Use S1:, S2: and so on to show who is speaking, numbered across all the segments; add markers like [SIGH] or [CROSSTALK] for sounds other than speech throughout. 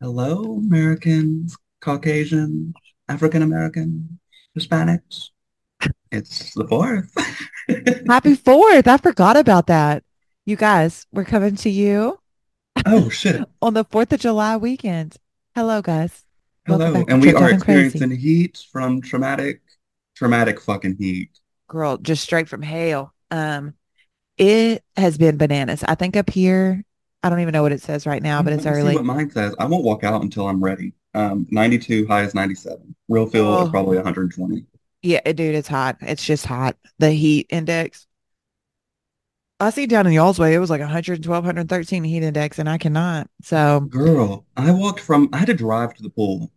S1: hello, Americans, Caucasians, African Americans, Hispanics. It's the fourth. [LAUGHS]
S2: Happy fourth. I forgot about that. You guys, we're coming to you
S1: oh shit.
S2: on the 4th of July weekend. Hello, guys. Welcome
S1: Hello.
S2: back to
S1: And we
S2: Tripped
S1: are
S2: Up and Crazy.
S1: experiencing heat from traumatic, traumatic fucking heat.
S2: Girl, just straight from hell. Um, it has been bananas. I think up here, I don't even know what it says right now, but it's
S1: Let me See
S2: early.
S1: what mine says. I won't walk out until I'm ready. Um, 92, high is 97. Real feel is
S2: Oh.
S1: probably 120.
S2: Yeah, it- dude, it's hot. It's just hot. The heat index. I see down in y'all's way, it was like 112, 113 heat index, and I cannot. So
S1: Girl, I walked from, I had to drive to the pool.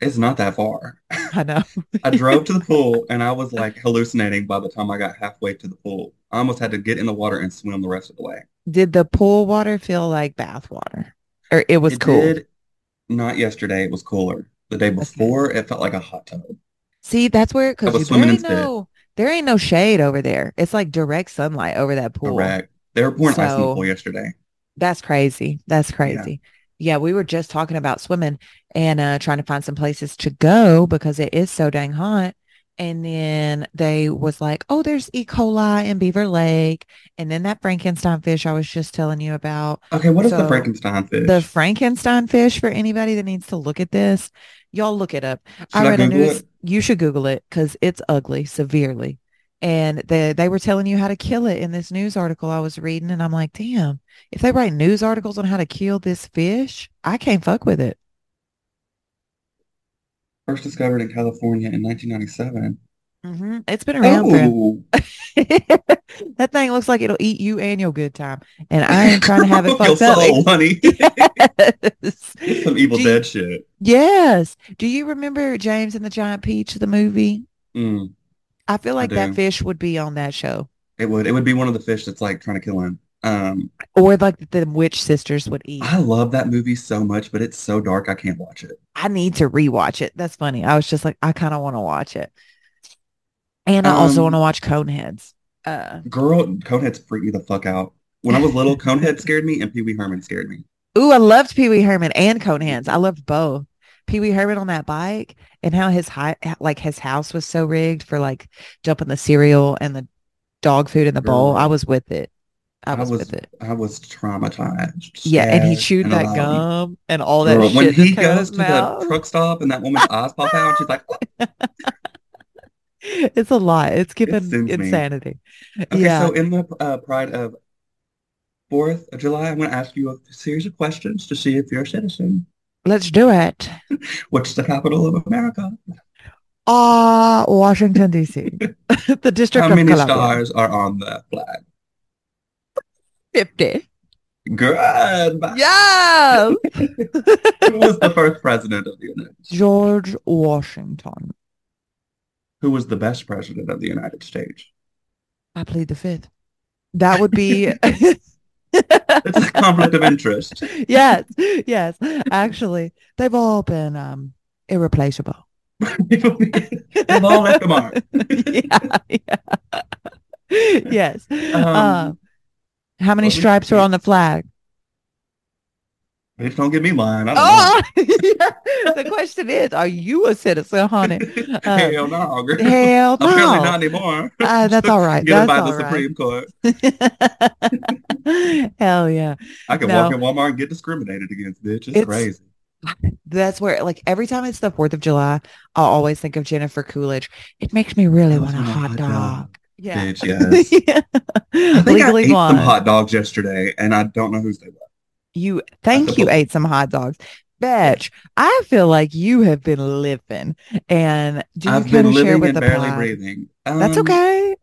S1: It's not that far.
S2: I know. [LAUGHS]
S1: I drove to the pool and I was like hallucinating by the time I got halfway to the pool. I almost had to get in the water and swim the rest of the way.
S2: Did the pool water feel like bath water? Or it was
S1: It
S2: cool.
S1: did- not yesterday. It was cooler. The day before, it felt like a hot tub.
S2: See, that's where
S1: was
S2: because there
S1: swimming
S2: ain't
S1: instead.
S2: no there ain't no shade over there. It's like direct sunlight over that pool.
S1: Correct. They were pouring ice in the
S2: So-
S1: pool yesterday.
S2: That's crazy. That's crazy. Yeah. we were just talking about swimming and uh trying to find some places to go because it is so dang hot. And then they was like, "Oh, there's E. coli in Beaver Lake." And then that Frankenstein fish I was just telling you about.
S1: Okay, what is the
S2: So,
S1: Frankenstein fish?
S2: The Frankenstein fish for anybody that needs to look at this, y'all look it up.
S1: Should
S2: I read a
S1: Google
S2: news.
S1: it?
S2: You should Google it because it's ugly severely. And they, they were telling you how to kill it in this news article I was reading. And I'm like, damn, if they write news articles on how to kill this fish, I can't fuck with it.
S1: First discovered in California in 1997.
S2: hmm It's been around for
S1: Mm-hmm. Oh,
S2: [LAUGHS] that thing looks like it'll eat you and your good time. And I ain't trying to have it
S1: Girl, [LAUGHS] your
S2: fucked up.
S1: soul, honey.
S2: [LAUGHS] Yes.
S1: Some Evil
S2: Do-
S1: Dead shit.
S2: Yes. Do you remember James and the Giant Peach, the movie?
S1: Mm,
S2: I feel like
S1: do.
S2: that fish would be on that show,
S1: it would. It would be one of the fish that's like trying to kill him. Um,
S2: or like the witch sisters would eat.
S1: I love that movie so much, but it's so dark I can't watch it.
S2: I need to rewatch it. That's funny. I was just like, I kind of want to watch it, and I
S1: Um,
S2: also want to watch Coneheads. Uh,
S1: Girl, Coneheads freaked me the fuck out. When I was little, Conehead scared me and Pee Wee Herman scared me.
S2: ooh, I loved Pee Wee Herman and Coneheads. I loved both. Pee Wee Herman on that bike, and how his high, like his house was so rigged for like dumping the cereal and the dog food in the bowl.
S1: Girl.
S2: I was with it. I
S1: I
S2: was,
S1: was
S2: with it.
S1: I was traumatized.
S2: Yeah, and he
S1: sad,
S2: chewed
S1: and
S2: that
S1: alone.
S2: gum and all that
S1: Girl,
S2: shit.
S1: when
S2: just
S1: he
S2: came out
S1: goes
S2: his
S1: to
S2: mouth.
S1: the truck stop and that woman's eyes pop out, she's like,
S2: [LAUGHS] it's a lot. It's given
S1: sends me.
S2: insanity.
S1: okay,
S2: yeah.
S1: so in the uh, pride of 4th of July, I'm going to ask you a series of questions to see if you're a citizen.
S2: Let's do it.
S1: What's the capital of America?
S2: Ah, Washington, D.C.
S1: [LAUGHS]
S2: the District
S1: How
S2: of
S1: many
S2: Columbia.
S1: stars are on the flag? [LAUGHS]
S2: 50. [LAUGHS]
S1: Good. [LAUGHS]
S2: Yes.
S1: Who was the first president of the United States?
S2: George Washington.
S1: Who was the best president of the United States?
S2: I plead the fifth. That would
S1: [LAUGHS]
S2: be. [LAUGHS]
S1: It's a conflict of interest. [LAUGHS]
S2: yes. Yes. Actually, they've all been um, irreplaceable.
S1: They've all left a mark.
S2: [LAUGHS] yeah, yeah. yes. Um,
S1: Um,
S2: how many
S1: let me
S2: stripes are
S1: see.
S2: on
S1: [LAUGHS]
S2: the flag?
S1: Bitch, don't get me lying. I don't know.
S2: Oh, the question is, are you a
S1: [LAUGHS]
S2: citizen, honey? Um,
S1: Hell no, girl.
S2: Hell no.
S1: Apparently not anymore.
S2: Uh,
S1: [LAUGHS]
S2: that's all right.
S1: Given by
S2: That's all
S1: the
S2: right.
S1: Supreme Court.
S2: [LAUGHS] Hell yeah.
S1: I can
S2: No.
S1: walk in Walmart and get discriminated against, bitch. It's,
S2: It's-
S1: crazy.
S2: That's where, like, every time it's the 4th of July, I always think of Jennifer Coolidge. It makes me really
S1: I
S2: want a
S1: want a
S2: hot
S1: hot
S2: dog.
S1: dog.
S2: Yeah. [LAUGHS]
S1: Bitch, yes.
S2: yeah.
S1: I think
S2: Legally
S1: I ate
S2: blonde.
S1: some hot dogs yesterday and I don't know whose they were.
S2: You thank you
S1: bowl.
S2: ate some hot dogs. Bitch, I feel like you have been living. And do you
S1: I've
S2: care
S1: been
S2: to share
S1: living
S2: with
S1: and
S2: the
S1: barely
S2: pod?
S1: breathing.
S2: That's
S1: Um,
S2: okay.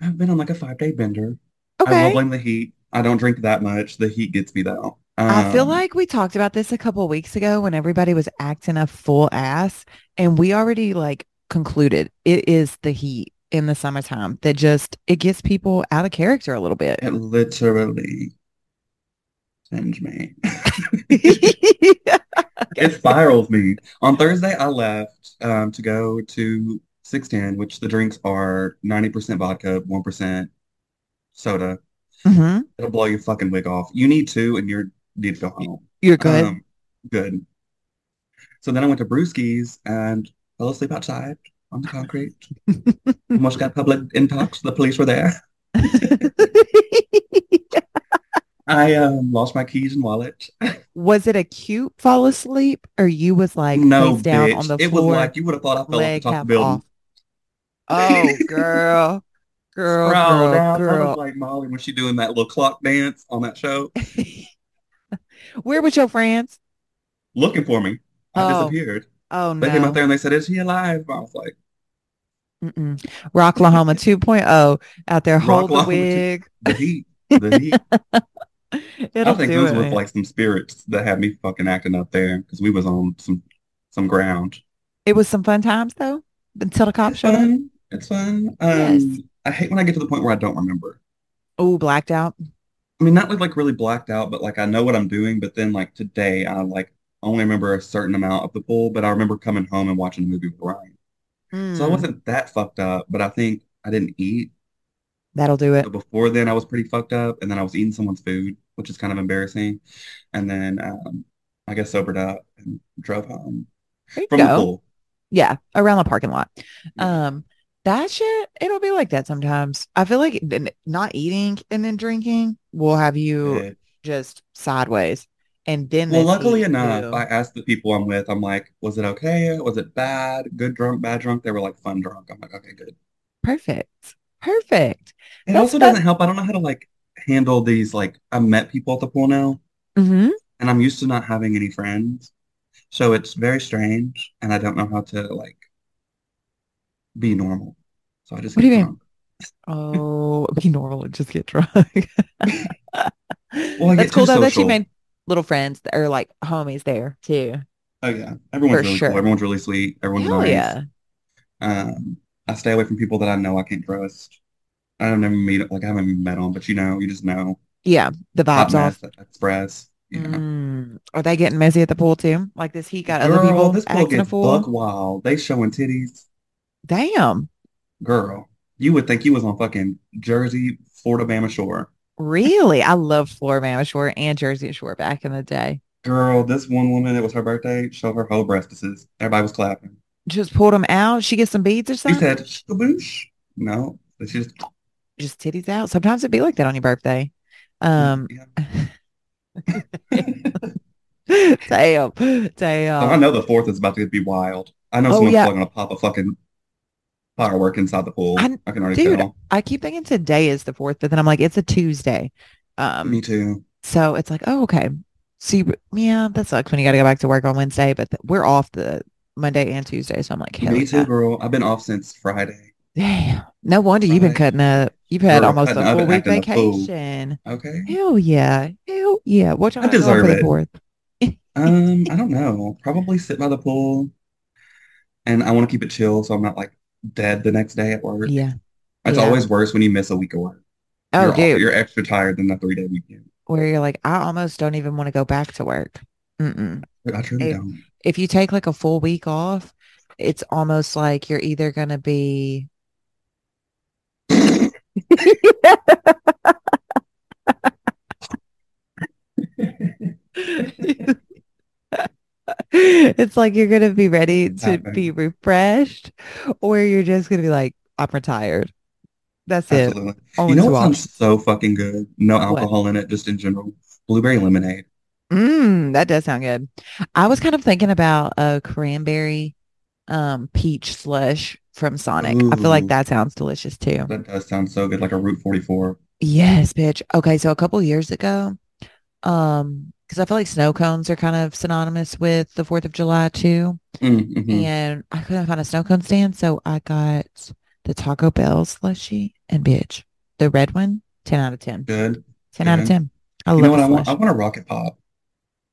S1: I've been on like a five day bender. I
S2: Okay.
S1: love blame the heat. I don't drink that much. The heat gets me though.
S2: I feel
S1: Um,
S2: like we talked about this a couple of weeks ago when everybody was acting a full ass and we already like concluded it is the heat in the summertime that just it gets people out of character a little
S1: [LAUGHS]
S2: bit.
S1: it literally sends
S2: [LAUGHS]
S1: me. it spirals me. On Thursday, I left um, to go to 610, which the drinks are 90% vodka, 1% soda.
S2: Mhm.
S1: It'll blow your fucking wig off. You need two and you are need to go home.
S2: You're good.
S1: Um, Good. So then I went to Brewski's and fell asleep outside on the
S2: [LAUGHS]
S1: concrete. Almost got public intox. The police were there. Um, I um, lost my keys and wallet.
S2: [LAUGHS] was it a cute fall asleep or you was like
S1: no,
S2: face down
S1: bitch.
S2: on the
S1: it
S2: floor,
S1: was like you would have thought I fell off the
S2: leg
S1: top of
S2: half
S1: the building.
S2: off? Oh,
S1: [LAUGHS]
S2: girl, girl,
S1: Sprawled out. I was
S2: girl,
S1: like Molly when she doing that little clock dance on that show,
S2: girl. [LAUGHS] Where was your friends?
S1: looking for me. I
S2: Oh,
S1: disappeared.
S2: Oh
S1: They came out
S2: no.
S1: there and they said, "Is he alive?" I was like,
S2: Mm-mm. Rocklahoma 2.0 out there, hold the
S1: Rocklahoma 2.0.
S2: wig.
S1: [LAUGHS] "The heat, the
S2: [LAUGHS]
S1: heat." I
S2: It'll
S1: think
S2: do
S1: those
S2: it,
S1: were
S2: man.
S1: like some spirits that had me fucking acting up there because we was on some some ground.
S2: It was some fun times though, until the cops
S1: It's
S2: showed up.
S1: fun. It's fun. Um,
S2: Yes.
S1: I hate when I get to the point where I don't remember.
S2: Oh, blacked out.
S1: I mean, not like, like really blacked out, but like I know what I'm doing. But then like today, I like only remember a certain amount of the pool, but I remember coming home and watching the movie with Ryan. So I
S2: Mm,
S1: wasn't that fucked up, but I think I didn't eat.
S2: that'll do it.
S1: But before then, I was pretty fucked up, and then I was eating someone's food, which is kind of embarrassing. And then um, I got sobered up and drove home
S2: There you
S1: from the
S2: go.
S1: pool.
S2: Yeah, around the parking lot.
S1: Yeah.
S2: Um, that shit, it'll be like that sometimes. I feel like n- not eating and then drinking will have you
S1: Yeah.
S2: just sideways. And then
S1: Well,
S2: this
S1: luckily
S2: eat
S1: enough,
S2: too.
S1: I asked the people I'm with, I'm like, was it okay? Was it bad? Good drunk, bad drunk? They were like fun drunk. I'm like, okay, good.
S2: Perfect. Perfect.
S1: It
S2: That's
S1: also
S2: that-
S1: doesn't help. I don't know how to like handle these. Like I met people at the pool now,
S2: hmm
S1: and I'm used to not having any friends. So it's very strange, and I don't know how to like be normal. So I just
S2: What
S1: get
S2: do you mean?
S1: drunk.
S2: Oh, be normal and just get drunk.
S1: [LAUGHS] Well, I
S2: That's
S1: get
S2: cool
S1: too
S2: though that you
S1: social.
S2: made little friends that are like homies there too.
S1: Oh yeah. Everyone's
S2: For
S1: really
S2: sure.
S1: cool. Everyone's really sweet. Everyone's
S2: Hell
S1: nice.
S2: yeah.
S1: Um, I stay away from people that I know I can't trust. I don't never meet like I haven't even met them, but you know, you just know.
S2: Yeah. The
S1: Hot
S2: vibes off.
S1: mess express. Yeah.
S2: Mm. Are they getting messy at the pool too? Like this heat got other
S1: Girl,
S2: people
S1: this pool
S2: acting a
S1: gets
S2: fool.
S1: buck wild. They showing titties.
S2: Damn.
S1: Girl, you would think you was on fucking Jersey, Florida Bama Shore.
S2: Really? I love Florida Shore and Jersey Shore back in the day.
S1: Girl, this one woman, it was her birthday, showed her whole breastises. Everybody was clapping.
S2: Just pulled them out. She gets some beads or
S1: She
S2: something.
S1: said, "Shaboosh." No, it's just,
S2: Just titties out. Sometimes it'd be like that on your birthday.
S1: [LAUGHS]
S2: Um
S1: yeah.
S2: [LAUGHS] damn.
S1: So I
S2: Damn.
S1: know the fourth is about to be wild. I know
S2: Oh,
S1: someone's
S2: yeah.
S1: probably gonna pop a fucking firework inside the pool.
S2: I-
S1: I can already
S2: dude,
S1: tell.
S2: I keep thinking today is the fourth, but then I'm like, it's a Tuesday. Um,
S1: Me too.
S2: So it's like, oh, okay. See, but- yeah, that sucks when you got to go back to work on Wednesday, but th- we're off the Monday and Tuesday. So I'm like, hell
S1: Me too,
S2: yeah.
S1: girl. I've been off since Friday.
S2: Damn. No wonder you've been
S1: Friday.
S2: cutting up. You've had
S1: Girl,
S2: almost
S1: cutting
S2: a
S1: up
S2: full
S1: and
S2: week
S1: acting a fool.
S2: vacation.
S1: Okay.
S2: Hell yeah. Hell yeah. What y'all
S1: I
S2: got going
S1: deserve
S2: for the
S1: it.
S2: fourth?
S1: Um, I don't know. Probably sit by the pool and I want to keep it chill so I'm not like dead the next day at work.
S2: Yeah.
S1: It's
S2: Yeah.
S1: always worse when you miss a week of work.
S2: Oh,
S1: You're all,
S2: dude.
S1: you're extra tired than the three day weekend.
S2: Where you're like, I almost don't even want to go back to work. Mm-mm.
S1: But I truly
S2: It-
S1: don't.
S2: If you take like a full week off, it's almost like you're either going to be [LAUGHS] It's like you're going to be ready to be
S1: Happened.
S2: refreshed, or you're just going to be like, I'm retired. That's it.
S1: Absolutely. You
S2: Only
S1: know
S2: two
S1: what sounds
S2: options.
S1: so fucking good? No
S2: What?
S1: alcohol in it, just in general. Blueberry lemonade.
S2: Mm, that does sound good. I was kind of thinking about a cranberry um, peach slush from Sonic. I feel like
S1: Ooh,
S2: that sounds delicious too.
S1: that does sound so good, like a Route 44.
S2: Yes, bitch. Okay, so a couple years ago, um, because I feel like snow cones are kind of synonymous with the 4th of July too.
S1: Mm-hmm.
S2: and I couldn't find a snow cone stand, so I got the Taco Bell slushie and bitch, the red one, 10 out of 10.
S1: Good,
S2: 10 out of
S1: good.
S2: 10. I
S1: You know
S2: love
S1: what
S2: a
S1: I want? I
S2: slush.
S1: want a rocket pop.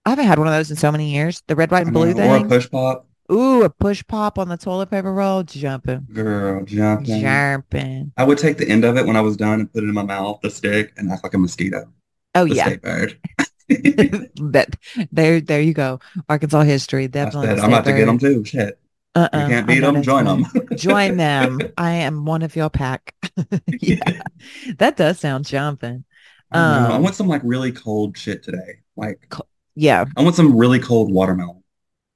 S2: I haven't had one of those in so many years. The red, white,
S1: I
S2: and
S1: know.
S2: blue
S1: Or a
S2: thing.
S1: push pop.
S2: Ooh, a push pop on the toilet paper roll. Jumping.
S1: Girl, jumping.
S2: Jumping.
S1: I would take the end of it when I was done and put it in my mouth, the stick, and act like a mosquito,
S2: Oh
S1: the
S2: yeah.
S1: state bird.
S2: [LAUGHS]
S1: [LAUGHS]
S2: that there there you go. Arkansas history.
S1: I
S2: Definitely
S1: said,
S2: the
S1: I'm
S2: state
S1: about to get them
S2: bird.
S1: too. Shit. If you
S2: Uh-uh.
S1: can't
S2: I
S1: beat
S2: know
S1: them,
S2: that's
S1: join [LAUGHS]
S2: right. [LAUGHS]
S1: them.
S2: Join them. I am one of
S1: [LAUGHS]
S2: your pack. [LAUGHS] Yeah. That does sound jumping.
S1: I know. I
S2: Um
S1: want some like really cold shit today. Like,
S2: Co- Yeah.
S1: I want some really cold watermelon,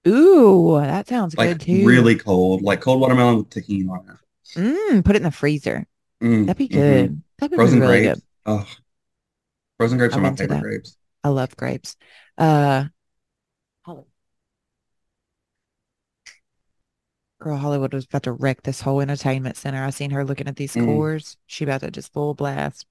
S2: Ooh, that sounds
S1: like
S2: good too.
S1: really cold, like cold watermelon with tahini on it.
S2: Mm, put it in the freezer.
S1: Mm,
S2: That'd be
S1: mhm.
S2: good. That'd be
S1: Frozen
S2: really
S1: grapes.
S2: good.
S1: Ugh. Frozen grapes
S2: I'm
S1: are my
S2: into
S1: favorite
S2: that.
S1: grapes.
S2: I love grapes. Uh, Hollywood. Girl, Hollywood was about to wreck this whole entertainment center. I seen her looking at these
S1: Mm.
S2: scores. She about to just full blast.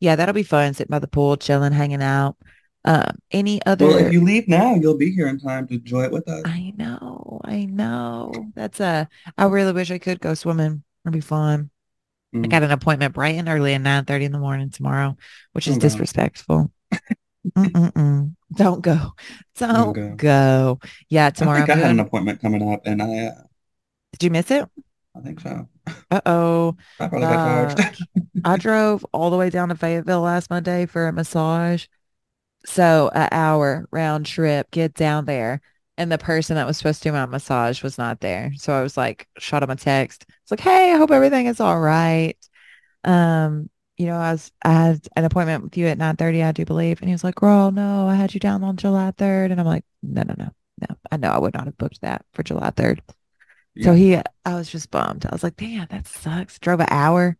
S2: Yeah, that'll be fun. Sitting by the pool, chilling, hanging out. Um, any other?
S1: Well, if you leave now, you'll be here in time to enjoy it with us.
S2: I know, I know. That's a. I really wish I could go swimming. It'd be fun. I
S1: Mm.
S2: got an appointment bright and early at nine thirty in the morning tomorrow, which
S1: Oh,
S2: is
S1: no. [LAUGHS]
S2: disrespectful. Mm-mm-mm. Don't go. Don't
S1: go.
S2: go. Yeah,
S1: I
S2: tomorrow.
S1: think I
S2: I'm
S1: had an
S2: doing-
S1: appointment coming up, and I uh,
S2: Did you miss it?
S1: I think so.
S2: Uh oh.
S1: I probably got tired.
S2: I drove all the way down to Fayetteville last Monday for a massage. So an hour round trip, get down there. And the person that was supposed to do my massage was not there. So I was like, shot him a text. It's like, hey, I hope everything is all right. Um, you know, I was I had an appointment with you at 9:30, I do believe. And he was like, Girl, no, I had you down on July 3rd. And I'm like, no, no, no, no. I know I would not have booked that for July 3rd. So he, I was just bummed. I was like, damn, that sucks. Drove an hour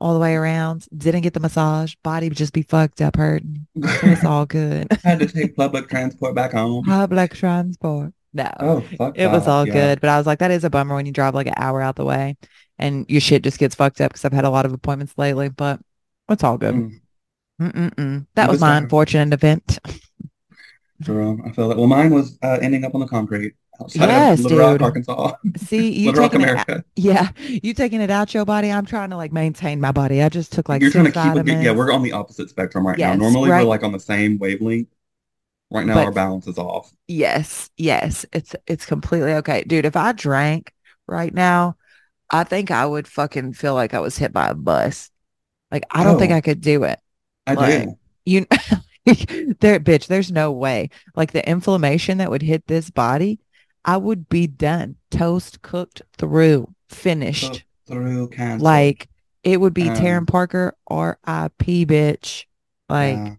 S2: all the way around. Didn't get the massage. Body would just be fucked up hurting. But
S1: [LAUGHS]
S2: it's all good.
S1: had to take public transport back
S2: [LAUGHS]
S1: home.
S2: Public transport. No,
S1: Oh, fuck
S2: it was
S1: that.
S2: all
S1: Yeah.
S2: good. But I was like, that is a bummer when you drive like an hour out the way and your shit just gets fucked up because I've had a lot of appointments lately, but it's all good.
S1: Mm,
S2: Mm-mm-mm. That was
S1: was
S2: my
S1: fine.
S2: unfortunate event. [LAUGHS]
S1: girl, um, I feel that. Well, mine was uh, ending up on the concrete outside
S2: Yes,
S1: of Little Rock,
S2: dude.
S1: Arkansas. [LAUGHS]
S2: See, you
S1: Little Rock,
S2: taking it out,
S1: America.
S2: yeah, you taking it out your body. I'm trying to like maintain my body. I just took like
S1: You're trying to
S2: six
S1: keep a good. Yeah,
S2: vitamins.
S1: we're on the opposite spectrum right
S2: Yes,
S1: now. Normally,
S2: right.
S1: we're like on the same wavelength. Right now,
S2: But-
S1: our balance is off.
S2: Yes, yes, it's it's completely okay, dude. If I drank right now, I think I would fucking feel like I was hit by a bus. Like I don't think
S1: Oh.
S2: I could do it. [LAUGHS]
S1: I
S2: Right.
S1: do.
S2: You there, bitch. There's no way. Like the inflammation that would hit this body, I would be done, toast, cooked through,
S1: So,
S2: finished.
S1: through cancer.
S2: Like it would be
S1: Oh, Um,
S2: Taryn Parker, R.I.P. Bitch. Like
S1: Yeah.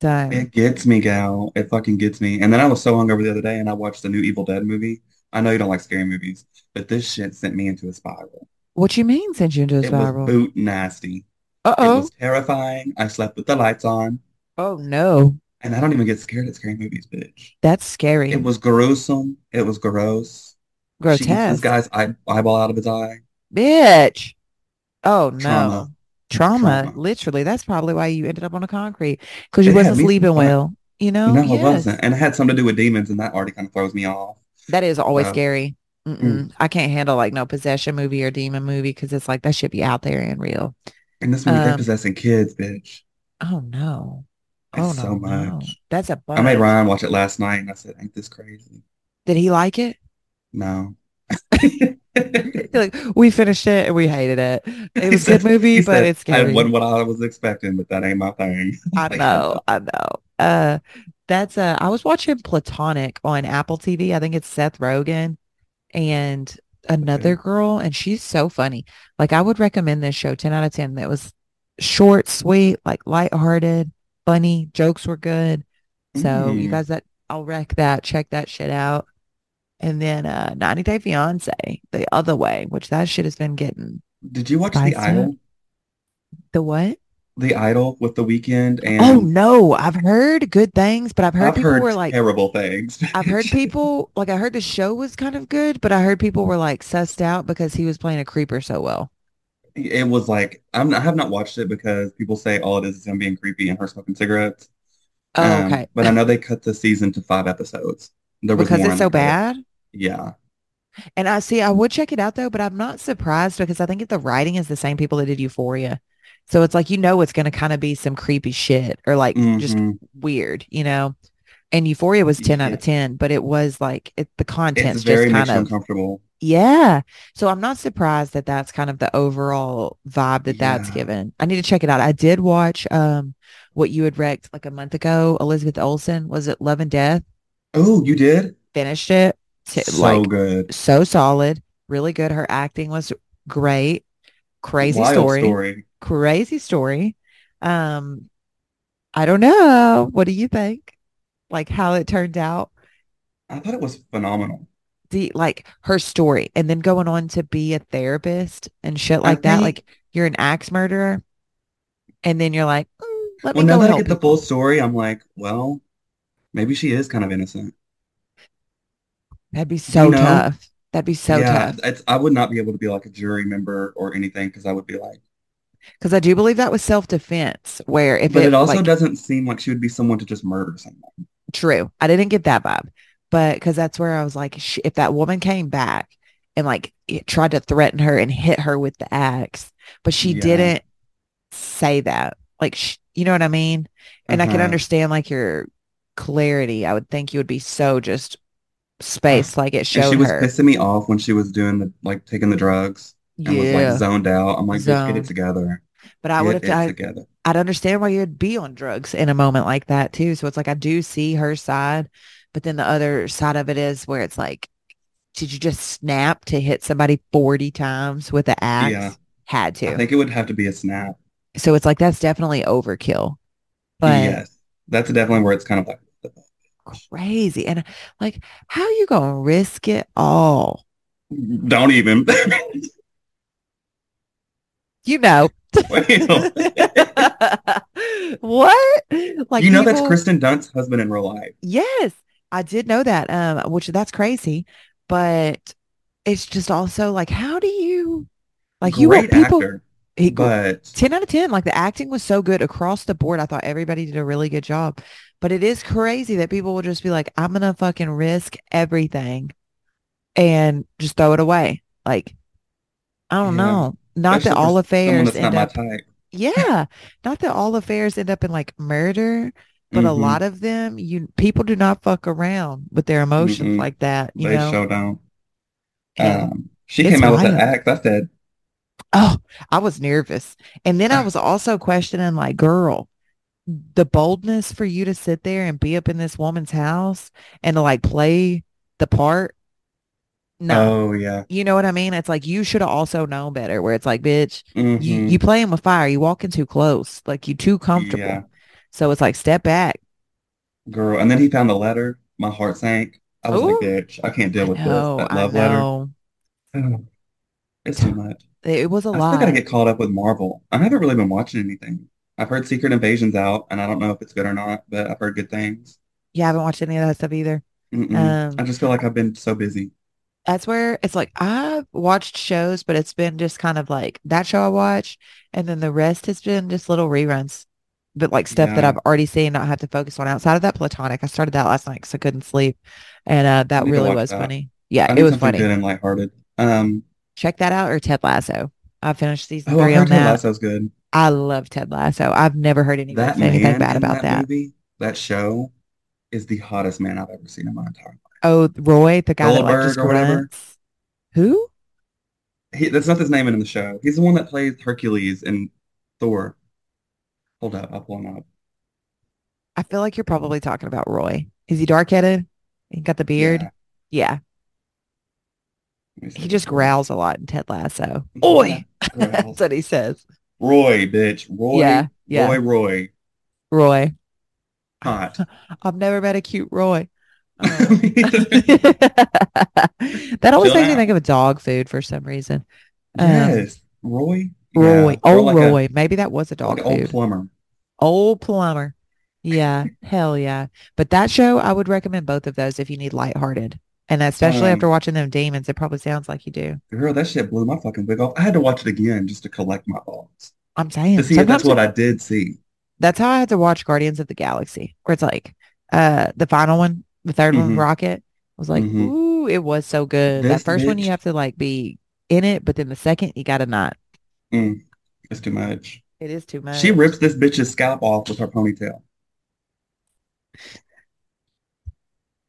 S2: done.
S1: Um, It gets me, gal. It fucking gets me. And then I was so hungover the other day, and I watched the new Evil Dead movie. I know you don't like scary movies, but this shit sent me into a spiral.
S2: what you mean sent you into a
S1: It was
S2: spiral?
S1: boot nasty.
S2: Uh
S1: It
S2: oh.
S1: was terrifying. I slept with the lights on,
S2: Oh no,
S1: and I don't even get scared at scary movies, bitch.
S2: that's scary.
S1: It was gruesome. It was gross. She eats this
S2: Grotesque.
S1: guy's eye- eyeball out of his eye.
S2: Bitch. Oh no. Trauma.
S1: Trauma. Trauma.
S2: Literally. That's probably why you ended up on a concrete. Because you
S1: It had
S2: wasn't
S1: me
S2: sleeping
S1: fucked.
S2: well. You know?
S1: no,
S2: Oh, Yes.
S1: it wasn't. And it had something to do with demons, and that already kind of throws me off.
S2: That is always
S1: So-
S2: scary. Mm-mm.
S1: Mm.
S2: I can't handle like no possession movie or demon movie because it's like that should be out there and real.
S1: And this movie, they're
S2: Um,
S1: possessing kids, bitch.
S2: Oh no.
S1: It's
S2: Oh no,
S1: so much.
S2: no. That's a
S1: I made
S2: bunch.
S1: Ryan watch it last night, and I said, "Ain't this crazy?"
S2: Did he like it? [LAUGHS]
S1: No.
S2: like we finished it and we hated it. It was a
S1: said-
S2: good
S1: [LAUGHS]
S2: movie,
S1: he
S2: but
S1: said,
S2: it's
S1: I
S2: scary.
S1: wasn't what I was expecting, but that ain't my thing. [LAUGHS]
S2: I
S1: Like,
S2: know, I know. Uh, that's uh, I was watching Platonic on Apple TV. I think it's Seth Rogen and another girl, and she's so funny. Like I would recommend this show, ten out of ten. That was short, sweet, like lighthearted, funny. Jokes were good. So you
S1: Mm.
S2: guys, that I'll wreck that. Check that shit out. And then uh, 90 Day Fiance, the other way, which that shit has been getting
S1: Did you watch
S2: Bicep.
S1: The Idol?
S2: the what?
S1: The Idol with The Weekend and
S2: Oh no, I've heard good things, but I've heard
S1: I've
S2: people
S1: heard
S2: were like,
S1: terrible things. [LAUGHS]
S2: I've heard people like I heard the show was kind of good, but I heard people were like sussed out because he was playing a creeper so well.
S1: It was like I'm not, I have not watched it because people say all it is is him being creepy and her smoking cigarettes.
S2: Oh,
S1: Um,
S2: okay.
S1: but I know they cut the season to five episodes. There was
S2: because
S1: more
S2: it's
S1: in
S2: so
S1: the credits.
S2: bad.
S1: Yeah.
S2: And I see I would check it out though, but I'm not surprised because I think the writing is the same people that did Euphoria. So it's like you know it's gonna kind of be some creepy shit or like just
S1: Mhm.
S2: weird, you know. And Euphoria was 10 out of 10, but it was like it, the content's
S1: It's very
S2: just
S1: makes
S2: kind
S1: you
S2: of
S1: uncomfortable.
S2: Yeah. So I'm not surprised that that's kind of the overall vibe that that's
S1: Yeah.
S2: given. I need to check it out. I did watch um what you had wrecked like a month ago. Elizabeth Olsen was it Love and Death?
S1: Oh, you did?
S2: Finished it. T-
S1: So
S2: like
S1: good.
S2: so solid, really good. Her acting was great. Crazy
S1: Wild
S2: story. Crazy story. Um, I don't know. What do you think? like how it turned out?
S1: I thought it was phenomenal.
S2: The like her story and then going on to be a therapist and shit like that.
S1: think-
S2: Like you're an axe murderer and then you're like, "Mm, let
S1: Well,
S2: me
S1: now
S2: go
S1: that I
S2: help
S1: get the
S2: people."
S1: full story, I'm like, well, maybe she is kind of innocent.
S2: That'd be so
S1: know?
S2: tough. That'd be so
S1: yeah,
S2: tough.
S1: it's, I would not be able to be like a jury member or anything because I would be like,
S2: Because I do believe that was self-defense where if
S1: but
S2: it,
S1: it also
S2: like,
S1: doesn't seem like she would be someone to just murder someone.
S2: True. I didn't get that vibe, but because that's where I was like, sh- if that woman came back and like it tried to threaten her and hit her with the axe, but she
S1: Yeah.
S2: didn't say that, like, sh- you know what I mean? And I can
S1: Uh-huh.
S2: understand like your clarity. I would think you would be so just spaced, like it
S1: And she
S2: showed
S1: was
S2: her.
S1: pissing me off when she was doing the like taking the drugs and was
S2: yeah.
S1: like zoned out. I'm like, bitch, get it
S2: Zoned.
S1: together.
S2: but I
S1: Get
S2: would have,
S1: it
S2: I,
S1: together.
S2: I'd understand why you'd be on drugs in a moment like that too. So it's like I do see her side, but then the other side of it is where it's like, did you just snap to hit somebody 40 times with an axe?
S1: Yeah.
S2: Had
S1: I
S2: to.
S1: think it would have to be a snap.
S2: So it's like that's definitely overkill. But
S1: yes, that's definitely where it's kind of like,
S2: crazy. And like, how you gonna risk it all?
S1: don't even. [LAUGHS] [LAUGHS]
S2: You know. [LAUGHS]
S1: Well,
S2: what? [LAUGHS] Like
S1: you know that's
S2: people-
S1: Kristen Dunst's husband in real life.
S2: Yes, I did know that. Um, which that's crazy, but it's just also like, how do you like you want
S1: Great
S2: people?
S1: actor,
S2: he,
S1: but
S2: ten out of ten. Like the acting was so good across the board. I thought everybody did a really good job, but it is crazy that people will just be like, I'm gonna fucking risk everything and just throw it away. Like, I don't
S1: Yeah.
S2: know. Not
S1: Especially
S2: that
S1: for
S2: all
S1: someone
S2: affairs
S1: that's not
S2: end
S1: my
S2: up
S1: type.
S2: yeah. Not that all affairs end up in like murder, but a
S1: Mhm.
S2: lot of them, you people do not fuck around with their emotions
S1: Mhm.
S2: like that, you
S1: They
S2: know?
S1: show down.
S2: And-
S1: Um, she
S2: it's
S1: came out with an
S2: wild.
S1: act. I said,
S2: oh, I was nervous. And then
S1: Ah.
S2: I was also questioning like, girl, the boldness for you to sit there and be up in this woman's house and to like play the part. No.
S1: "Oh yeah,
S2: You know what I mean? It's like you should have also known better where it's like, bitch, you,
S1: Mhm.
S2: you playing with fire. You walking too close. Like you too comfortable.
S1: Yeah.
S2: So it's like step back.
S1: girl." And then he found the letter. My heart sank. I was
S2: Ooh.
S1: like, "Bitch, I can't deal with this."
S2: No,
S1: That
S2: I
S1: love letter.
S2: know.
S1: Oh, It's too much.
S2: It it was a
S1: I still gotta
S2: lot.
S1: get caught up with Marvel. I haven't really been watching anything. I've heard Secret Invasion's out, and I don't know if it's good or not, but I've heard good things.
S2: Yeah, I haven't watched any of that stuff either.
S1: Mm-mm.
S2: Um,
S1: I just feel like I've been so busy.
S2: that's where it's like I've watched shows, but it's been just kind of like that show I watched, and then the rest has been just little reruns, but like stuff that
S1: Yeah.
S2: I've already seen, not have to focus on outside of that platonic. I started that last night because I couldn't sleep, and uh, that
S1: need to
S2: really
S1: watch
S2: was
S1: that.
S2: funny. Yeah,
S1: I
S2: it
S1: need
S2: was
S1: something
S2: funny.
S1: good and lighthearted. Um,
S2: Check that out or Ted Lasso. I finished season
S1: oh, I
S2: three
S1: heard
S2: on
S1: Ted
S2: that.
S1: Lasso's good.
S2: I love Ted Lasso. I've never heard anyone
S1: That
S2: say anything
S1: man in
S2: bad about
S1: that
S2: that.
S1: movie, that show, is the hottest man I've ever seen in my entire life.
S2: Oh, Roy, the guy that like
S1: Goldberg
S2: just
S1: or whatever.
S2: grunts. Who?
S1: He, that's not his name in the show. He's the one that plays Hercules in Thor. Hold up, I'll pull him up.
S2: I feel like you're probably talking about Roy. Is he dark headed? He got the beard.
S1: Yeah.
S2: Yeah,
S1: Let me see
S2: he
S1: if
S2: just
S1: it's-
S2: growls a lot in Ted Lasso.
S1: Yeah,
S2: Oi,
S1: growls.
S2: [LAUGHS] that's what he says.
S1: Roy, bitch. Roy,
S2: Yeah, yeah.
S1: Roy, Roy.
S2: Roy, [LAUGHS]
S1: Hot. [LAUGHS]
S2: I've never met a cute Roy. [LAUGHS] Um,
S1: yes.
S2: that always
S1: Chill
S2: makes me
S1: out.
S2: think of a dog food for some reason. Um,
S1: Roy.
S2: Roy,
S1: Yeah. Or
S2: oh
S1: like a-
S2: Roy, maybe that was a dog
S1: like an
S2: food.
S1: old plumber.
S2: Old Plumber.
S1: [LAUGHS]
S2: Yeah, hell yeah. But that show, I would recommend both of those if you need lighthearted. And especially
S1: Um,
S2: after watching them demons, it probably sounds like you do.
S1: Girl, that shit blew my fucking wig off. I had to watch it again just to collect my thoughts.
S2: I'm saying
S1: To see if
S2: sometimes
S1: that's what I did see.
S2: that's how I had to watch Guardians of the Galaxy, where it's like uh the final one, the 3rd one,
S1: Mhm.
S2: Rocket. I was like,
S1: Mhm.
S2: ooh, it was so good.
S1: This
S2: that first one
S1: bitch-
S2: you have to like be in it, but then the second you gotta not.
S1: Mm, it's too much.
S2: It is too much.
S1: She rips this bitch's scalp off with her ponytail.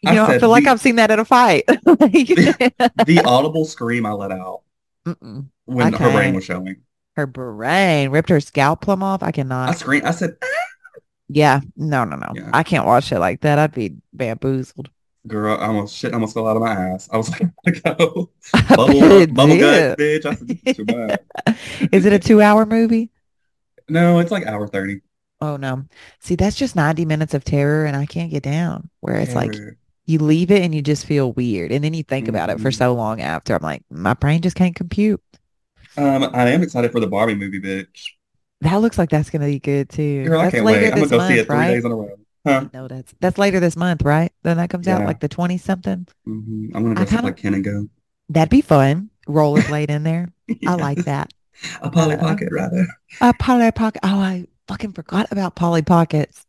S2: you
S1: I
S2: know, I
S1: said
S2: feel like
S1: the-
S2: I've seen that in a fight. [LAUGHS] like,
S1: [LAUGHS]
S2: [LAUGHS]
S1: The audible scream I let out
S2: Mm-mm.
S1: when
S2: I
S1: her brain
S2: can't.
S1: was showing.
S2: her brain ripped her scalp plumb off. I cannot.
S1: I screamed. I said, "Ah."
S2: Yeah, no, no, no.
S1: Yeah.
S2: I can't watch it like that. I'd be bamboozled. [LAUGHS]
S1: girl, I almost shit almost fell out of my ass. I was like, [LAUGHS] I gotta
S2: [LAUGHS]
S1: go.
S2: I bet
S1: Bubble,
S2: it
S1: bubble
S2: did.
S1: guts, bitch. I said,
S2: [LAUGHS]
S1: this is too much. [LAUGHS]
S2: Is it a two-hour movie?
S1: No, it's like hour 30.
S2: Oh no. See, that's just 90 minutes of terror and I can't get down. Where it's like you leave it and you just feel weird. And then you think about it for
S1: Mhm.
S2: so long after. I'm like, my brain just can't compute.
S1: Um, I am excited for the Barbie movie, bitch.
S2: That looks like that's gonna be good too.
S1: Girl, I
S2: that's
S1: can't
S2: later
S1: wait. I'm gonna
S2: this
S1: go
S2: month,
S1: see it three
S2: right?
S1: days in a row. Huh?
S2: No, that's that's later this month, right? Then that comes out
S1: Yeah.
S2: like the 20 something.
S1: hmm I'm gonna
S2: I
S1: dress
S2: kinda-
S1: up like Ken and go.
S2: That'd be fun. Rollerblade in there. I like that.
S1: [LAUGHS] A Polly
S2: Uh,
S1: Pocket rather.
S2: Uh, Polly Pocket. Oh, I fucking forgot about Polly Pockets.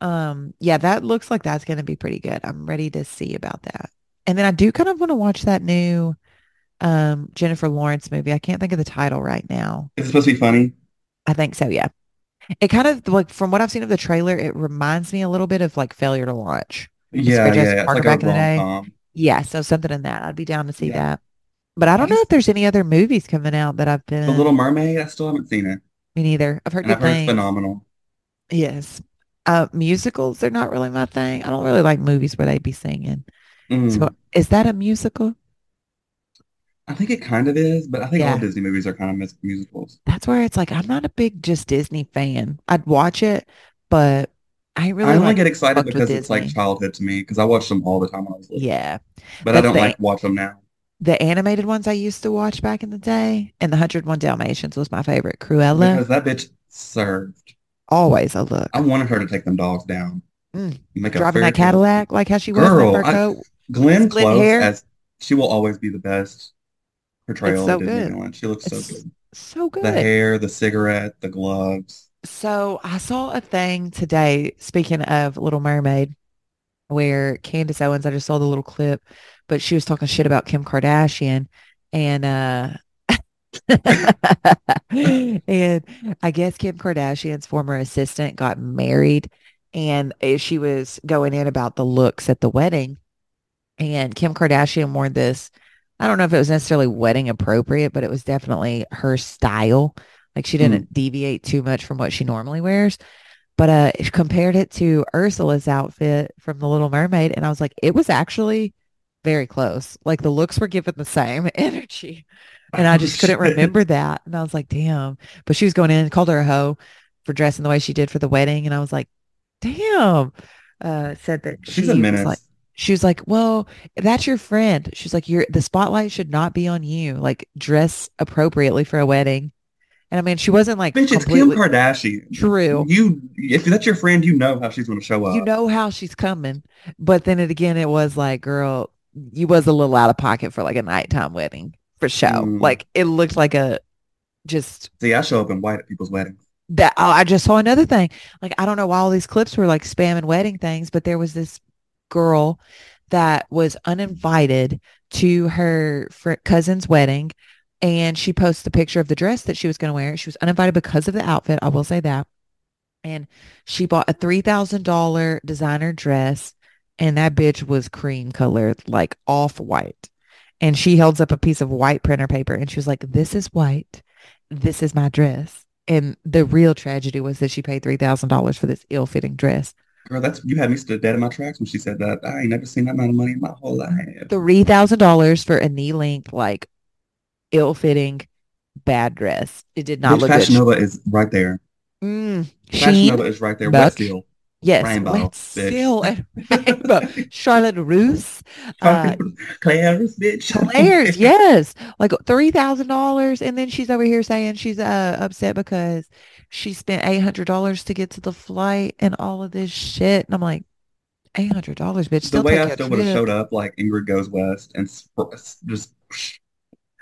S2: Um, yeah, that looks like that's gonna be pretty good. I'm ready to see about that. And then I do kind of want to watch that new um Jennifer Lawrence movie. I can't think of the title right now.
S1: It's supposed to be funny.
S2: I think so, yeah. It kind of like from what I've seen of the trailer, it reminds me a little bit of like Failure to Launch.
S1: Yeah, yeah,
S2: Jessica
S1: yeah. It's
S2: Parker
S1: like a
S2: back in the day.
S1: rom-com.
S2: Yeah, so something in that. I'd be down to see
S1: Yeah.
S2: that. But I don't know
S1: just-
S2: if there's any other movies coming out that I've been
S1: The Little Mermaid. I still haven't seen it,
S2: me neither. I've heard
S1: and
S2: good
S1: I've heard it's
S2: things.
S1: phenomenal.
S2: Yes. Uh, musicals, they're not really my thing. I don't really like movies where they be singing.
S1: Mm.
S2: So is that a musical?
S1: I think it kind of is, but I think all
S2: Yeah.
S1: Disney movies are kind of mus- musicals.
S2: That's where it's like I'm not a big just Disney fan. I'd watch it, but I ain't really
S1: I only
S2: like
S1: get excited
S2: fucked with
S1: because it's like
S2: Disney.
S1: childhood to me because I watched them all the time when I was little,
S2: yeah.
S1: but I
S2: That's
S1: don't
S2: the-
S1: like watch them now.
S2: The animated ones I used to watch back in the day and the 101 Dalmatians was my favorite. Cruella,
S1: Because that bitch served.
S2: always a look.
S1: I wanted her to take them dogs down.
S2: Mm.
S1: Make a
S2: Driving
S1: fair
S2: that
S1: deal.
S2: Cadillac, like how she was in
S1: Girl,
S2: that fur
S1: I-
S2: coat.
S1: Glenn
S2: Split
S1: Close
S2: hair.
S1: as she will always be the best portrayal
S2: so
S1: of Disney
S2: good.
S1: villain. She looks
S2: It's
S1: so good.
S2: So good.
S1: The hair, the cigarette, the gloves.
S2: So I saw a thing today, speaking of Little Mermaid, where Candace Owens, I just saw the little clip, but she was talking shit about Kim Kardashian. And uh [LAUGHS] and I guess Kim Kardashian's former assistant got married and uh, she was going in about the looks at the wedding. And Kim Kardashian wore this. I don't know if it was necessarily wedding appropriate, but it was definitely her style. Like she didn't
S1: Mm.
S2: deviate too much from what she normally wears. But uh she compared it to Ursula's outfit from The Little Mermaid. And I was like, it was actually very close. Like the looks were given the same [LAUGHS] energy. And I
S1: Oh, [LAUGHS]
S2: just couldn't
S1: shit.
S2: remember that. And I was like, damn. But she was going in and called her a hoe for dressing the way she did for the wedding. And I was like, damn. Uh said that
S1: She's
S2: she
S1: a
S2: was
S1: menace.
S2: like she was like, "Well, that's your friend." She's like, "Your the spotlight should not be on you. Like, dress appropriately for a wedding." And I mean, she wasn't like
S1: Bitch, it's Kim
S2: completely
S1: Kardashian.
S2: true.
S1: You, if that's your friend, you know how she's going to show up.
S2: You know how she's coming, but then it again, it was like, "Girl, you was a little out of pocket for like a nighttime wedding for show.
S1: Mm.
S2: Like, it looked like a just
S1: See, I show up in white at people's weddings.
S2: that oh, I just saw another thing. Like I don't know why all these clips were like spam and wedding things, but there was this girl that was uninvited to her fr- cousin's wedding, and she posted a picture of the dress that she was going to wear. She was uninvited because of the outfit. I will say that, and she bought a three thousand dollar designer dress, and that bitch was cream colored, like off white. And she holds up a piece of white printer paper, and she was like, "This is white. This is my dress." And the real tragedy was that she paid three thousand dollars for this ill-fitting dress.
S1: Girl, that's you had me stood dead in my tracks when she said that. I ain't never seen that amount of money in my whole life.
S2: Three thousand dollars for a knee-length, like ill-fitting, bad dress. It did not
S1: Bitch,
S2: look
S1: Fashion
S2: good.
S1: Nova is right there.
S2: Mm,
S1: Fashion
S2: Sheen,
S1: Nova is right there.
S2: Butch,
S1: West Hill.
S2: yes,
S1: Rainbow,
S2: wet
S1: bitch. [LAUGHS]
S2: seal and rainbow. Charlotte Russe, uh,
S1: Claire's, bitch. [LAUGHS]
S2: Claire's, yes, like three thousand dollars, and then she's over here saying she's uh, upset because she spent eight hundred dollars to get to the flight and all of this shit. And I'm like, eight hundred dollars, bitch.
S1: the
S2: Still
S1: way
S2: take
S1: I
S2: your
S1: still would have
S2: trip.
S1: showed up, like Ingrid goes west, and sp- just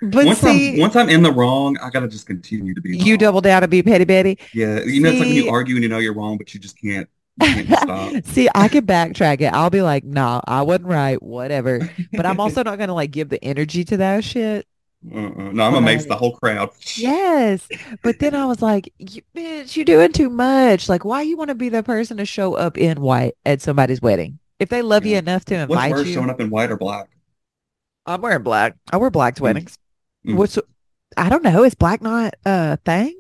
S2: But
S1: once I'm
S2: see,
S1: once I'm in the wrong, I gotta just continue to be.
S2: you
S1: wrong.
S2: double down and be petty, petty.
S1: Yeah, you know, it's like when
S2: See-
S1: you argue and you know you're wrong, but you just can't. You can't stop.
S2: [LAUGHS] see, I can backtrack it. I'll be like, nah, I wasn't right, whatever. But I'm also not gonna like give the energy to that shit.
S1: Uh-uh. No, I'm gonna mace
S2: Right.
S1: the whole crowd.
S2: Yes. But then I was like, you, bitch, you doing too much. Like, why you want to be the person to show up in white at somebody's wedding? If they love you
S1: Yeah.
S2: enough to
S1: What's
S2: invite
S1: worse,
S2: you,
S1: showing up in white or black?
S2: I'm wearing black. I wear black to
S1: Mm.
S2: weddings.
S1: Mm.
S2: What's I don't know. Is black not a thing?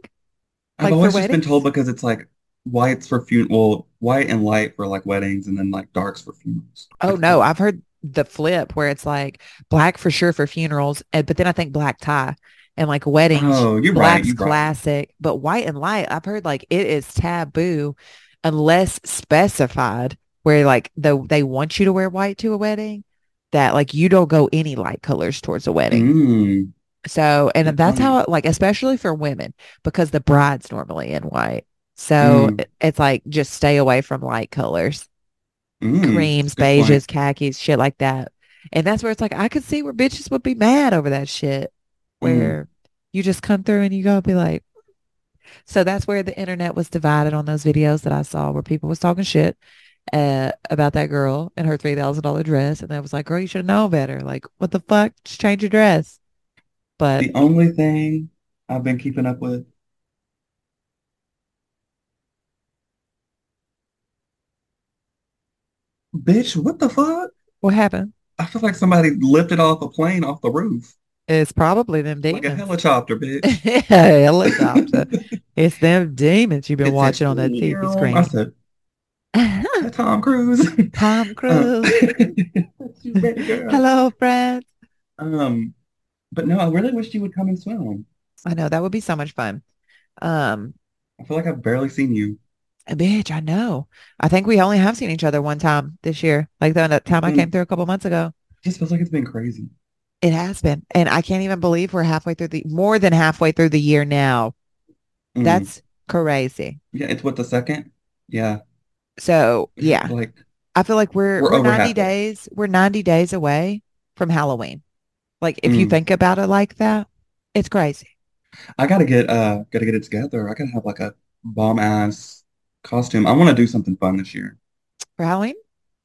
S1: I've
S2: Like, for
S1: always just been told
S2: weddings?
S1: because it's like whites for funeral, white and light for like weddings, and then like darks for funerals.
S2: Oh no, I've heard the flip where it's like black for sure for funerals, and but then I think black tie. and like weddings.
S1: Oh, you're right.
S2: Black's
S1: You're right.
S2: classic, but white and light, I've heard like it is taboo unless specified where like the, they want you to wear white to a wedding that like you don't go any light colors towards a wedding.
S1: Mm,
S2: So, and
S1: Good
S2: that's
S1: point.
S2: how, like, especially for women, because the bride's normally in white. So
S1: Mm.
S2: it- it's like just stay away from light colors,
S1: mm.
S2: creams,
S1: good point.
S2: beiges, khakis, shit like that. And that's where it's like, I could see where bitches would be mad over that shit,
S1: Hmm. mm.
S2: where you just come through and you go be like, so that's where the internet was divided on those videos that I saw where people was talking shit uh, about that girl and her $3,000 dress. And I was like, girl, you should know better. Like, what the fuck? Just change your dress. But
S1: The only thing I've been keeping up with Bitch, what the fuck?
S2: what happened?
S1: I feel like somebody lifted off a plane off the roof.
S2: It's probably them
S1: Like a
S2: demons.
S1: helicopter, bitch.
S2: [LAUGHS]
S1: [LAUGHS]
S2: Helicopter. It's them demons you've been
S1: It said,
S2: watching on that
S1: "Meow."
S2: TV
S1: I
S2: screen.
S1: said,
S2: [LAUGHS]
S1: "That Tom Cruise. [LAUGHS]
S2: Tom
S1: Uh, [LAUGHS]
S2: Cruise.
S1: you ready, girl?
S2: Hello, friends.
S1: Um, but no, I really wish you would come and swim.
S2: I know that would be so much fun. Um,
S1: I feel like I've barely seen you.
S2: bitch, I know. I think we only have seen each other one time this year. Like the that time I
S1: Mhm.
S2: came through a couple months ago.
S1: Just feels like it's been crazy.
S2: It has been. And I can't even believe we're halfway through the more than halfway through the year now.
S1: Mm.
S2: That's crazy.
S1: yeah, it's what the second? Yeah.
S2: So yeah,
S1: [LAUGHS] Like
S2: I feel like we're
S1: We're
S2: we're,
S1: over
S2: 90
S1: halfway.
S2: days, we're 90 days away from Halloween. Like if you
S1: Mm.
S2: think about it like that, it's crazy.
S1: I gotta get uh gotta get it together. I gotta have like a bomb ass costume. I wanna do something fun this year.
S2: For Halloween,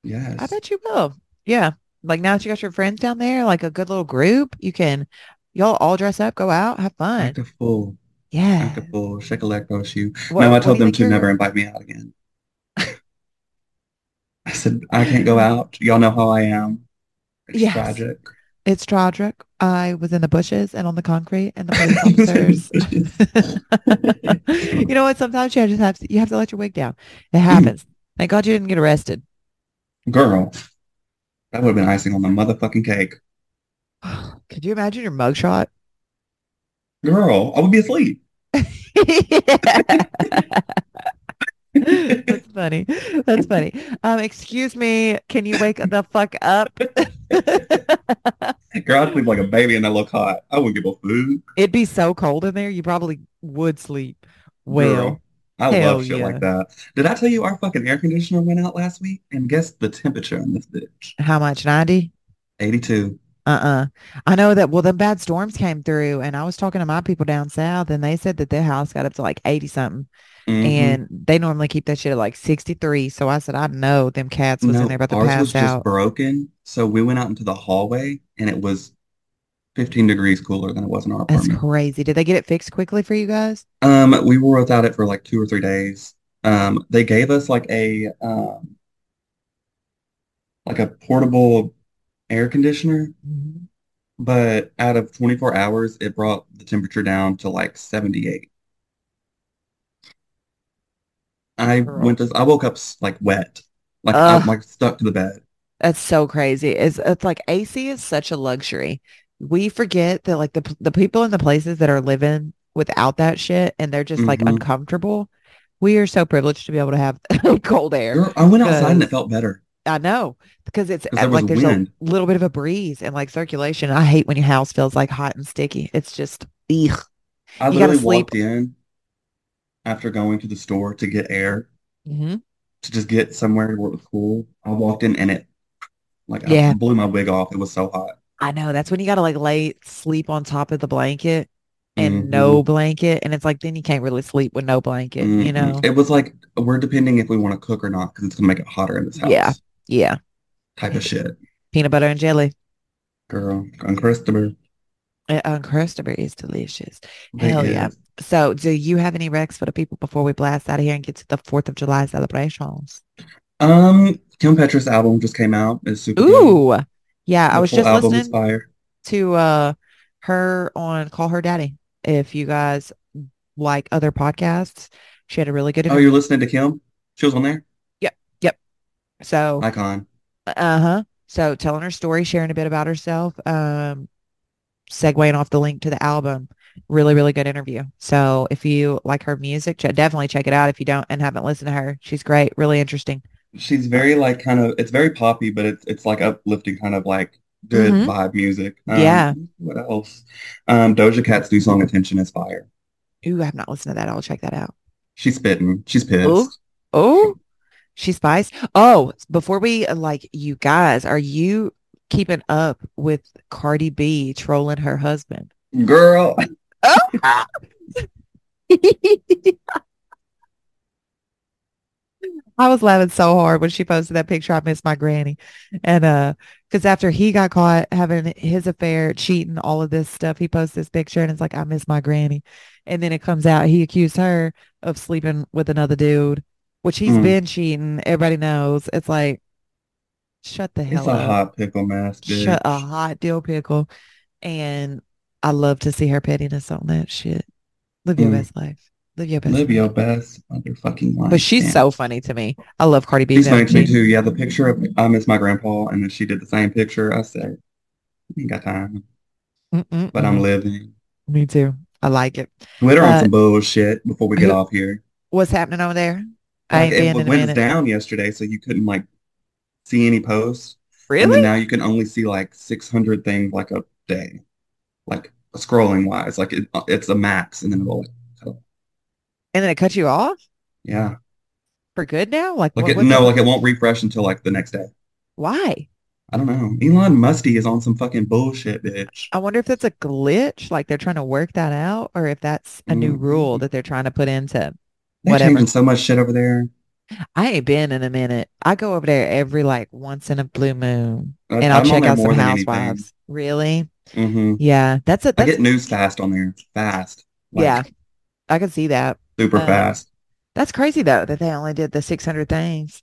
S2: I
S1: Yes.
S2: bet you will. Yeah. Like now that you got your friends down there, like a good little group, you can y'all all dress up, go out, have fun.
S1: Act a fool.
S2: Yeah.
S1: Act a fool. Shake a leg, throw a shoe.
S2: What-
S1: no, I
S2: what do
S1: told
S2: you
S1: them
S2: think
S1: to
S2: your-
S1: never invite me out
S2: [LAUGHS]
S1: again. I said, I can't go out. Y'all know how I am. It's
S2: Yes.
S1: tragic.
S2: It's tragic. I was in the bushes and on the concrete
S1: [LAUGHS]
S2: and the police officers. [LAUGHS] you know what? Sometimes you just have to you have to let your wig down. It happens. Thank God you didn't get arrested. [SIGHS]
S1: Girl, that would have been icing on the motherfucking cake.
S2: Could you imagine your mugshot?
S1: Girl, I would be asleep.
S2: [LAUGHS] That's funny. That's funny. Um, excuse me, can you wake the fuck up? [LAUGHS]
S1: Girl, I'd sleep like a baby in that little cot. I wouldn't give a fuck.
S2: It'd be so cold in there, you probably would sleep. Well,
S1: Girl, I
S2: hell
S1: love shit
S2: yeah.
S1: like that. Did I tell you our fucking air conditioner went out last week? And guess the temperature on this bitch?
S2: how much? 90?
S1: 82.
S2: Uh-uh. I know that, well, them bad storms came through and I was talking to my people down south and they said that their house got up to like 80 something
S1: Mhm.
S2: and they normally keep that shit at like 63. So I said, I know them cats was in
S1: No,
S2: there about to
S1: ours
S2: pass
S1: was just
S2: out.
S1: broken. So we went out into the hallway and it was 15 degrees cooler than it was in our
S2: That's
S1: apartment.
S2: crazy. Did they get it fixed quickly for you guys?
S1: Um, we were without it for like two or three days. Um, they gave us like a um, like a portable air conditioner, but out of 24 hours, it brought the temperature down to like 78. I
S2: Girl.
S1: went to, I woke up s- like wet, like
S2: Ugh.
S1: I'm like stuck to the bed.
S2: That's so crazy. It's, it's like AC is such a luxury. We forget that like the p- the people in the places that are living without that shit and they're just like
S1: Mhm.
S2: uncomfortable. We are so privileged to be able to have [LAUGHS] cold air.
S1: Girl, I went outside and
S2: Because-
S1: it felt better.
S2: I know because it's
S1: 'Cause there
S2: uh,
S1: was
S2: like there's
S1: wind.
S2: a little bit of a breeze and like circulation. I hate when your house feels like hot and sticky. It's just ugh.
S1: I
S2: You gotta
S1: literally
S2: sleep.
S1: walked in after going to the store to get air
S2: hmm
S1: to just get somewhere where it was cool. I walked in and it like I
S2: Yeah.
S1: blew my wig off. It was so hot.
S2: I know that's when you gotta like lay sleep on top of the blanket and
S1: Mm-hmm.
S2: no blanket and it's like then you can't really sleep with no blanket,
S1: Mhm. Mhm.
S2: you know?
S1: it was like we're depending if we want to cook or not because it's gonna make it hotter in this house.
S2: Yeah. Yeah.
S1: type of shit,
S2: Peanut butter and jelly.
S1: girl. On Christopher,
S2: Uh, Uncrustable is delicious.
S1: They
S2: Hell yeah.
S1: is.
S2: So, do you have any recs for the people before we blast out of here and get to the 4th of July celebrations?
S1: Um, Kim Petras album just came out. It's super good.
S2: Ooh. Yeah, I
S1: The
S2: was
S1: whole
S2: just
S1: album is
S2: listening
S1: fire.
S2: to uh her on Call Her Daddy. If you guys like other podcasts, she had a really good
S1: Oh,
S2: interview.
S1: you're listening to Kim? She was on there.
S2: So,
S1: Icon.
S2: uh-huh. So, telling her story, sharing a bit about herself, um segueing off the link to the album. Really, really good interview. So if you like her music, ch- definitely check it out. If you don't and haven't listened to her, she's great. Really interesting.
S1: She's very like kind of it's very poppy, but it's it's like uplifting kind of like good
S2: Mhm.
S1: vibe music. Um,
S2: Yeah.
S1: What else? Um, Doja Cat's new song "Attention" is fire.
S2: Ooh, I have not listened to that. I'll check that out.
S1: She's spitting. She's pissed.
S2: Ooh. Oh, she's spies. Oh, before we like you guys, are you keeping up with Cardi B trolling her husband?
S1: Girl,
S2: [LAUGHS] Oh. I was laughing so hard when she posted that picture. I miss my granny. And uh because after he got caught having his affair, cheating, all of this stuff, he posts this picture and it's like, I miss my granny. And then it comes out he accused her of sleeping with another dude, which he's
S1: Mm.
S2: been cheating. Everybody knows. It's like, shut the
S1: it's
S2: hell
S1: a
S2: up
S1: hot pickle mess, bitch.
S2: shut a hot dill pickle. And I love to see her pettiness on that shit. Live your
S1: Mm.
S2: best life. Live your best
S1: Live
S2: life.
S1: your best motherfucking life.
S2: But she's
S1: Damn.
S2: so funny to me. I love Cardi B.
S1: She's
S2: though.
S1: funny to me
S2: She-
S1: too. Yeah, the picture of I miss my grandpa, and then she did the same picture. I said, "Ain't got time,
S2: Mm, mm,
S1: but
S2: mm.
S1: I'm living."
S2: Me too. I like it.
S1: Twitter
S2: Uh,
S1: on some bullshit before we get
S2: [LAUGHS] who-
S1: off here.
S2: What's happening over there? I
S1: Like,
S2: ain't
S1: it
S2: been
S1: w-
S2: in a
S1: went
S2: minute.
S1: down yesterday, so you couldn't like see any posts, and
S2: Really?
S1: then now you can only see like 600 things like a day, like scrolling wise. Like it, uh, it's a max, and then it'll like,
S2: And then it cut you off
S1: yeah,
S2: for good now? Like,
S1: like
S2: what,
S1: it
S2: what the-
S1: no, like it won't refresh until like the next day.
S2: why?
S1: I don't know. Elon Musty is on some fucking bullshit, bitch.
S2: I wonder if that's a glitch, like they're trying to work that out, or if that's a new rule
S1: Mhm.
S2: that they're trying to put into
S1: They're
S2: whatever.
S1: changing so much shit over there.
S2: I ain't been in a minute. I go over there every like once in a blue moon,
S1: I-
S2: and I'll
S1: I'm on
S2: check
S1: there
S2: out some
S1: more than anything.
S2: housewives. Really?
S1: hmm
S2: Yeah, that's a
S1: I
S2: that's
S1: get news fast on there, fast, like
S2: yeah. I can see that.
S1: super
S2: Um,
S1: fast.
S2: That's crazy though that they only did the six hundred things.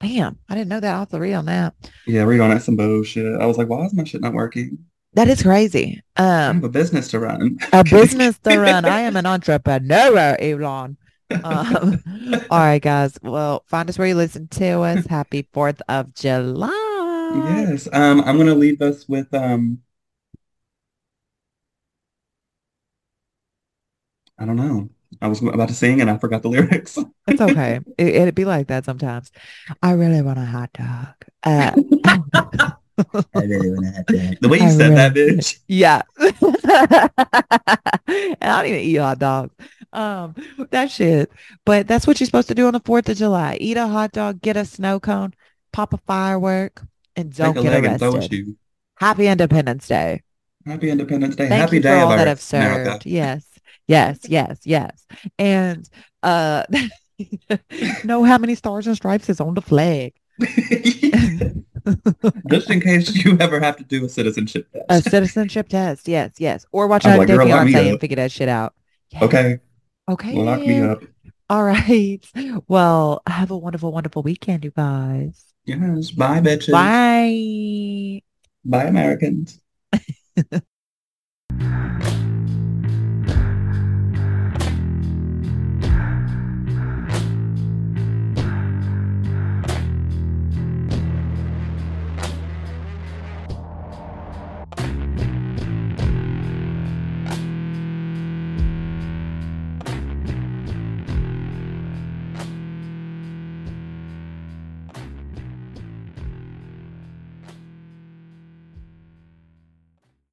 S2: Damn, I didn't know that off the reel. Now
S1: Yeah, read on that some bullshit. I was like, why is my shit not working?
S2: that is crazy.
S1: I have
S2: Um,
S1: a business to run. [LAUGHS]
S2: a business to run. I am an entrepreneur, Elon. Um, [LAUGHS] all right, guys. Well, find us where you listen to us. Happy Fourth of July. uh,
S1: Yes. Um, I'm gonna leave us with um I don't know. I was about to sing and I forgot the [LAUGHS] lyrics.
S2: It's okay. It, it'd be like that sometimes. I really want a hot dog. Uh,
S1: [LAUGHS] I really wanna have that. [LAUGHS] The way you
S2: I
S1: said that, bitch.
S2: yeah. And I don't even eat hot dogs. Um, that shit. But that's what you're supposed to do on the 4th of July. Eat a hot dog, get a snow cone, pop a firework, and [LAUGHS] don't
S1: Take a
S2: get
S1: leg and throw a
S2: arrested.
S1: shoe.
S2: Happy Independence Day.
S1: Happy Independence Day.
S2: Thank
S1: Happy
S2: you for
S1: Day of
S2: all that
S1: Earth,
S2: I've served.
S1: America.
S2: Yes, yes, yes, yes. And uh, [LAUGHS] know how many stars and stripes is on the flag.
S1: [LAUGHS] Just in case you ever have to do a citizenship
S2: A
S1: [LAUGHS] test.
S2: citizenship test. Yes, yes. Or watch
S1: I'm
S2: out
S1: like,
S2: their
S1: girl, lock me
S2: fiance and
S1: up.
S2: figure that shit out. Yeah.
S1: Okay.
S2: Okay.
S1: Well, lock me
S2: then.
S1: up.
S2: All right. [LAUGHS] Well, have a wonderful, wonderful weekend, you guys.
S1: Yes. Bye, bitches.
S2: Bye.
S1: Bye, Americans.